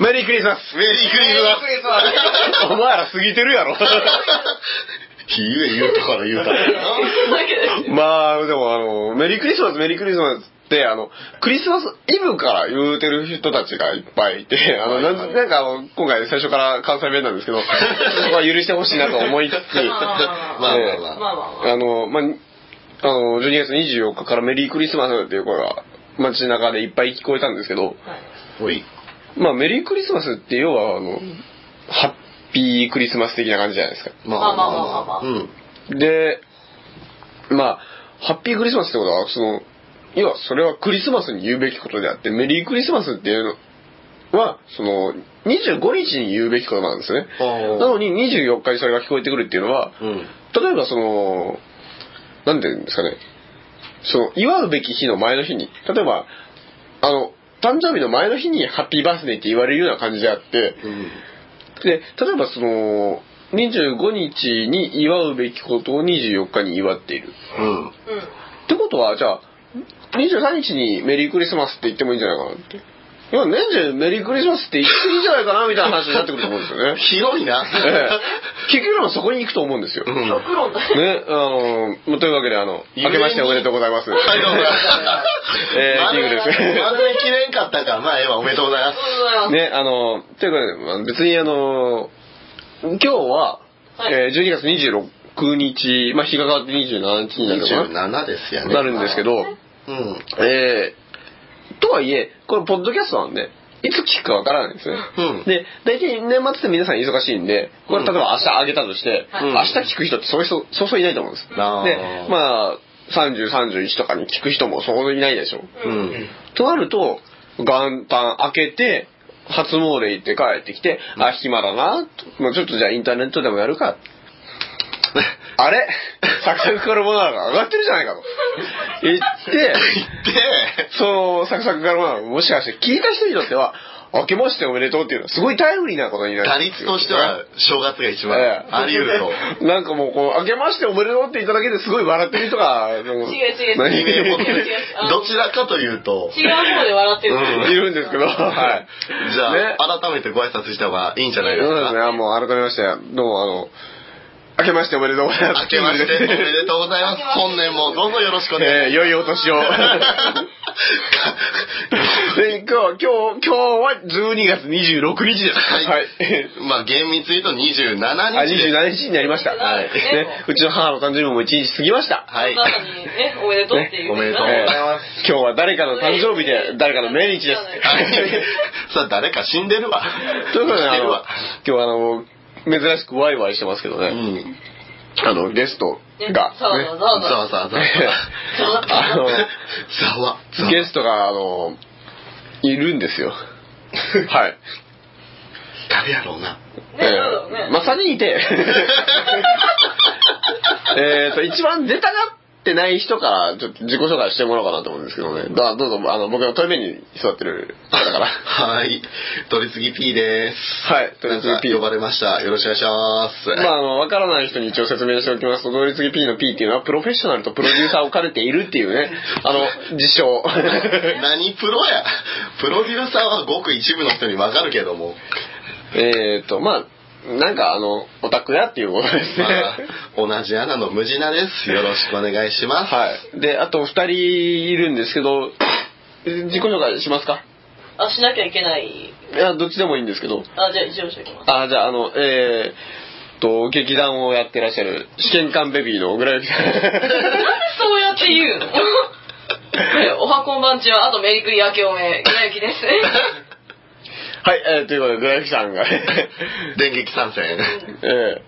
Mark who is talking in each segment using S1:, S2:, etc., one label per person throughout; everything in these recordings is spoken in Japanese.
S1: メリークリスマス
S2: メリークリスマス
S3: メリークリスマス
S1: お前ら過ぎてるやろ
S2: ひゆえ言うたから言うた。
S1: まあ、でもあの、メリークリスマス、メリークリスマスって、あの、クリスマスイブから言うてる人たちがいっぱいいて、あの、なんなんかあの、今回最初から関西弁なんですけど、そこは許してほしいなと思いつつ、
S3: あ
S2: ーまあ
S1: ね
S2: ま
S3: まあまあまあ。
S1: あの、まあ、あの、12月24日からメリークリスマスっていう声が街中でいっぱい聞こえたんですけど、
S3: はい
S2: おい。
S1: まあ、メリークリスマスって要は、あの、ハッピークリスマス的な感じじゃないですか。
S2: ま
S3: まあまあまあまあ
S2: うん。
S1: で、まあ、ハッピークリスマスってことは、その、要はそれはクリスマスに言うべきことであって、メリークリスマスっていうのは、その、25日に言うべきことなんですね。
S2: あー
S1: なのに24日にそれが聞こえてくるっていうのは、
S2: うん。
S1: 例えばその、なんていうんですかね、その、祝うべき日の前の日に、例えば、あの、誕生日の前の日にハッピーバースデーって言われるような感じであって、
S2: うん。
S1: で、例えばその、25日に祝うべきことを24日に祝っている。
S2: うん。
S3: うん。
S1: ってことは、じゃあ、23日にメリークリスマスって言ってもいいんじゃないかなって。いや、年中メリークリスマスって言っていいんじゃないかなみたいな話になってくると思うんですよ ね。
S2: 広いな。
S1: ええ結局のそこに行くと思うんですよ。
S2: うん。
S3: 極論だ。
S1: ね、あの、まあというわけで、あの、明けましておめでとうございます。
S2: はい、どうも。
S1: えーキングです
S2: 丸めきれんかったから、まあ、ええわ、おめでとうございます。
S3: ね。
S1: ね、あの、ということでまあ、別にあの、今日は、
S3: はい
S1: えー12月26日、まあ、日が変わって27日になるのかな
S2: 27ですよね。
S1: なるんですけど、
S2: うん。
S1: えーとはいえ、これ、ポッドキャストなんで、いつ聞くかわからないんですね。
S2: うん。
S1: で、大体年末って皆さん忙しいんで、これ例えば明日あげたとして、
S3: はい
S1: 明日聞く人ってそうそうそうそういないと思うんです。で、
S2: あー
S1: まあ、30、31とかに聞く人もそういないでしょう。
S3: う。
S2: うんん。
S1: となると、元旦明けて、初詣行って帰ってきて、あ、暇だな、とまあちょっとじゃあインターネットでもやるか。あれサクサクカルボナーラが上がってるじゃないかと。言って、
S2: で、
S1: そのサクサクカルボナーラもしかして聞いた人にとっては、明けましておめでとうっていうのはすごいタイムリーなことになる。
S2: 打率としては、正月が一番
S1: ええ
S2: あり得ると。
S1: なんかもうこう、明けましておめでとうって言っただけですごい笑ってる人が、違う
S3: 違う違う
S1: 何
S3: 違う違う違う違う
S2: どちらかというと、
S3: 違う方で笑ってる。
S1: いるんですけど、はい。
S2: じゃあ、
S1: ね
S2: 改めてご挨拶した方がいいんじゃないです
S1: そ
S2: か。
S1: うですね、あもう改めまして、どうもあの、明けましておめでとうございます。
S2: 明けましておめでとうございます。本年もどうぞよろしくお願いし
S1: えー良いお年 を。で今日、今日、今日は12月26日です。
S2: はい
S1: はい。
S2: ます。まあ厳密に言うと
S1: あ、
S2: 27日です。
S1: 27日になりました。
S3: はい
S1: ね、うちの母の誕生日も1日過ぎました。
S2: はい。
S3: その後に ね、おめでとうっていう。
S2: おめでとうござ
S1: え
S2: い
S1: ー
S2: ま
S1: 今日は誰かの誕生日で、誰かの命日です。
S2: はい さあ誰か死んでるわ。
S1: ということで、あ
S2: 生きてる
S1: の、
S2: わ
S1: 今。日はあの、珍しくワイワイしてますけど
S2: う
S1: ね、
S2: ん。
S1: あの、ゲスト
S3: ね
S1: が、
S3: そうそう
S1: ね
S2: ざわざわざわ。
S1: あ
S2: ざわ。
S1: の、ゲストが、あの、いるんですよ。はい。
S2: 誰やろうな。
S3: ねそうだよね
S1: まさにいて、 えっと、一番出たがってない人から、ちょっと自己紹介してもらおうかなと思うんですけどね。だどうぞ、あの、僕の対面に座ってる方から。
S2: はい。取り次ぎ P です。
S1: はい、とりあえず
S2: なんか
S1: P
S2: 呼ばれました。よろしくお願いします。
S1: まあ、あの、わからない人に一応説明しておきますと、同率 P の P っていうのは、プロフェッショナルとプロデューサーを兼ねているっていうね、あの、自称。
S2: 何プロやプロデューサーはごく一部の人にわかるけども、
S1: えっと、まあ、なんか、あの、オタクやっていうことですね。
S2: まあ、同じ穴の無地なですよろしくお願いしま す、
S1: はい。で、あと二人いるんですけど、自己紹介しますか
S3: あ、しなきゃいけない。
S1: いや、どっちでもいいんですけど。
S3: あ、じゃあ一応しときます。
S1: あ、じゃあ、あの、えー、っと、劇団をやってらっしゃる、試験官ベビーの小倉由紀さ
S3: なんでそうやって言うのねおはこんばんちは、あとメリクリ明けおめ、ぐらゆきです。
S1: ん。はい、えー、ということで、小倉由紀さんが、
S2: 電撃参戦
S1: え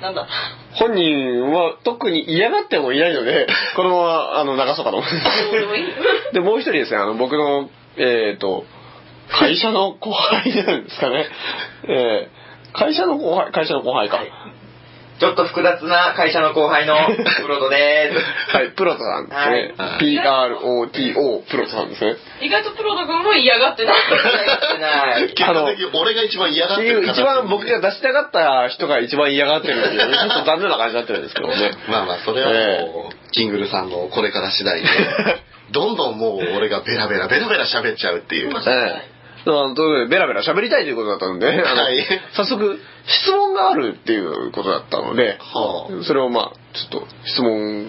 S1: ー、
S3: なんだ。
S1: 本人は特に嫌がってもいないの で、このままあの流そうかと思います
S3: どうでもいい。
S1: で、もう一人ですね、あの僕の、えっ、と、会社の後輩なんですかね。えー会社の後輩、会社の後輩か。は
S4: ちょっと複雑な会社の後輩のプロトで
S1: い、プロトさんですね。
S2: はい
S1: PROTO、プロトさんですね。
S3: 意外とプロド君も嫌がってない。
S4: す。ない。
S2: 結果的に俺が一番嫌
S1: っ
S2: がってて
S1: いう
S2: る
S1: 一番僕が出したかった人が一番嫌がってるっていう、ちょっと残念な感じになってるんですけどね。
S2: まあまあそれはもう、キングルさんの これから次第でどんどんもう俺がベラベラベラベラ喋っちゃうっていう
S3: 面
S1: え
S3: 白い
S1: えあのということでベラベラ喋りたいということだった ので、あの
S2: はい
S1: 早速質問があるっていうことだったので、
S2: は
S1: それをまあちょっと質問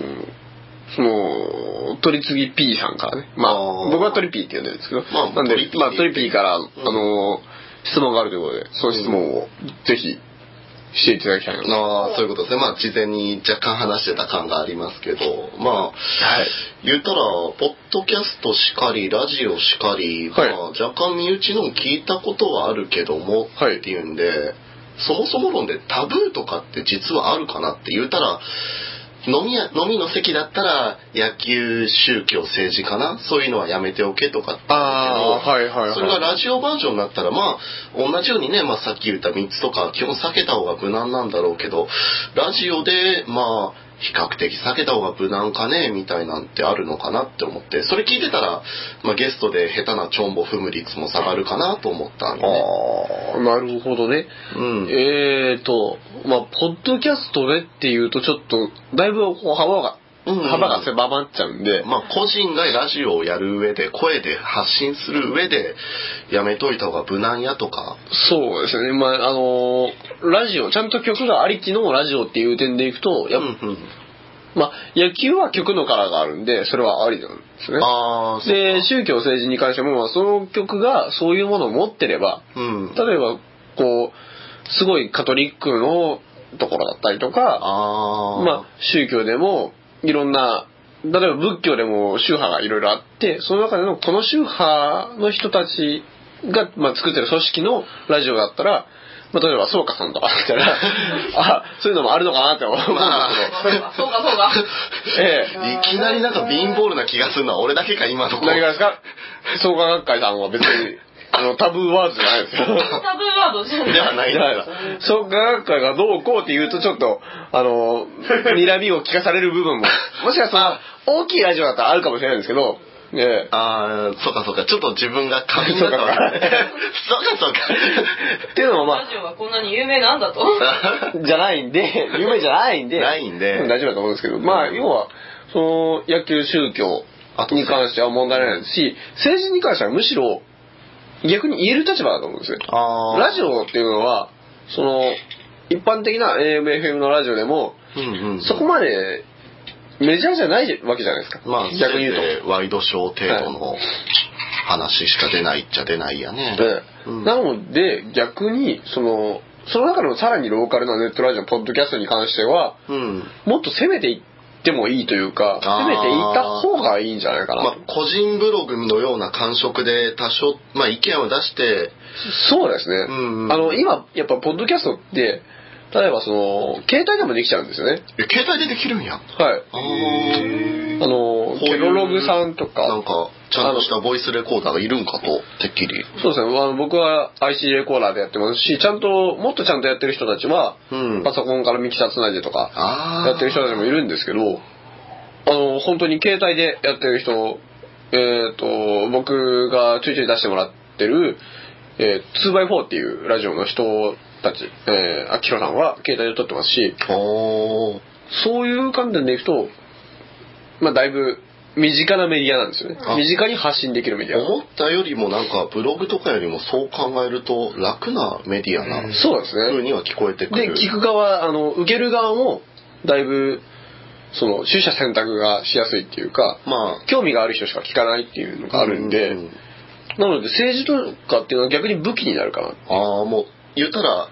S1: その取り次ぎ P さんからねま
S2: あ
S1: あ
S2: ー
S1: 僕は取り P って呼んでるんですけど、
S2: まあ
S1: なんで
S2: 取り P
S1: まあ、取り P から、
S2: ん
S1: あの質問があるということでその質問をぜひしていただきたいなと、
S2: ああそういうことですねまあ事前に若干話してた感がありますけどまあ
S1: はい
S2: 言ったらポッドキャストしかりラジオしかり、
S1: はい
S2: まあ若干身内のを聞いたことはあるけども、
S1: はい
S2: っていうんでそもそも論でタブーとかって実はあるかなって言ったら飲みや飲みの席だったら野球宗教政治かなそういうのはやめておけとかって言
S1: あー
S2: うけど
S1: はいはいはい
S2: それがラジオバージョンになったらまあ同じようにね、まあ、さっき言った3つとか基本避けた方が無難なんだろうけどラジオでまあ比較的避けた方が無難かねみたいなんてあるのかなって思ってそれ聞いてたら、まあ、ゲストで下手なチョンボ踏む率も下がるかなと思ったんで、ね、
S1: ああなるほどね
S2: うん
S1: えーと、まあ、ポッドキャストでっていうと、ちょっと、だいぶこう幅が、
S2: うん
S1: 幅が狭まっちゃうんで、
S2: まあ個人がラジオをやる上で声で発信する上でやめといた方が無難やとか
S1: そうですね、まあ、あのーラジオ、ちゃんと曲がありきのラジオっていう点でいくと、やっぱ
S2: うんうん
S1: まあ、野球は曲のカラーがあるんで、それはありなんですね。
S2: ああそう
S1: で、宗教政治に関しても、まあ、その曲がそういうものを持ってれば、
S2: うん
S1: 例えば、こう、すごいカトリックのところだったりとか、
S2: ああ
S1: まあ、宗教でもいろんな例えば仏教でも宗派がいろいろあってその中でのこの宗派の人たちが、まあ、作ってる組織のラジオだったら、まあ、例えば草加さんとかだった らあ そういうのもあるのかなって思うんですけど、
S3: あそうかそうか。
S1: え え
S2: いきなりなんか貧乏な気がするのは俺だけか今の子
S1: 何がですか創価学会さんは別にあのタブーワードじゃないですよ
S3: タブーワードじゃない。
S2: ではない
S1: じゃないです創価学会がどうこうって言うとちょっとあ の睨みを聞かされる部分ももしかしたら大きいラジオだったらあるかもしれないんですけど、ええ
S2: ああそうかそうかちょっと自分が過敏だったわ
S1: そう
S2: そう
S1: か
S2: かそうか
S1: っていうのもまあ
S3: ラジオはこんなに有名なんだと。
S1: じゃないんで、 夢じゃないんで。
S2: ないんで
S1: う大丈夫だと思うんですけど、まあ、
S2: うん
S1: 要は、その、野球、宗教に関しては問題ないですし、政治に関してはむしろ、逆に言える立場だと思うんですよ。
S2: あ
S1: ラジオっていうのは、その、一般的な AMFM のラジオでも、
S2: オうんうん
S1: そこまでメジャーじゃないわけじゃないですか。
S2: まあ
S1: 逆に言うと。
S2: せいぜいワイドショー程度の話しか出ないっちゃ出ないやね
S1: ええ
S2: うん
S1: なので逆にそのその中でもさらにローカルなネットラジオポッドキャストに関しては
S2: うん
S1: もっと攻めていってもいいというか
S2: あー
S1: 攻めていった方がいいんじゃないかな、
S2: まあ個人ブログのような感触で多少まあ意見を出して
S1: そうですね、
S2: んうん
S1: あの今やっぱポッドキャストって例えばその携帯でもできちゃうんですよね
S2: え携帯でできるんや
S1: はい
S2: あ
S1: あのケロログさんとか
S2: なんかちゃんとしたボイスレコーダーがいるんかとてっきり
S1: そうですねあの僕は IC レコーダーでやってますしちゃんともっとちゃんとやってる人たちは、
S2: うん
S1: パソコンからミキサーつないでとか
S2: あ
S1: やってる人たちもいるんですけどあの本当に携帯でやってる人えっ、と僕がちょいちょい出してもらってる、えー、2x4 っていうラジオの人たちえー、あきらさんは携帯で撮ってますし
S2: おー
S1: そういう観点でいくとまあだいぶ身近なメディアなんですよね
S2: あ
S1: 身近に発信できるメディア
S2: 思ったよりもなんかブログとかよりもそう考えると楽なメディアな
S1: そうですね
S2: 風には聞こえてく
S1: で
S2: る
S1: 聞く側あの受ける側もだいぶその取捨選択がしやすいっていうか
S2: ま
S1: 興味がある人しか聞かないっていうの
S2: あ
S1: があるんで、
S2: うう
S1: なので政治とかっていうのは逆に武器になるかな
S2: ああもう言ったら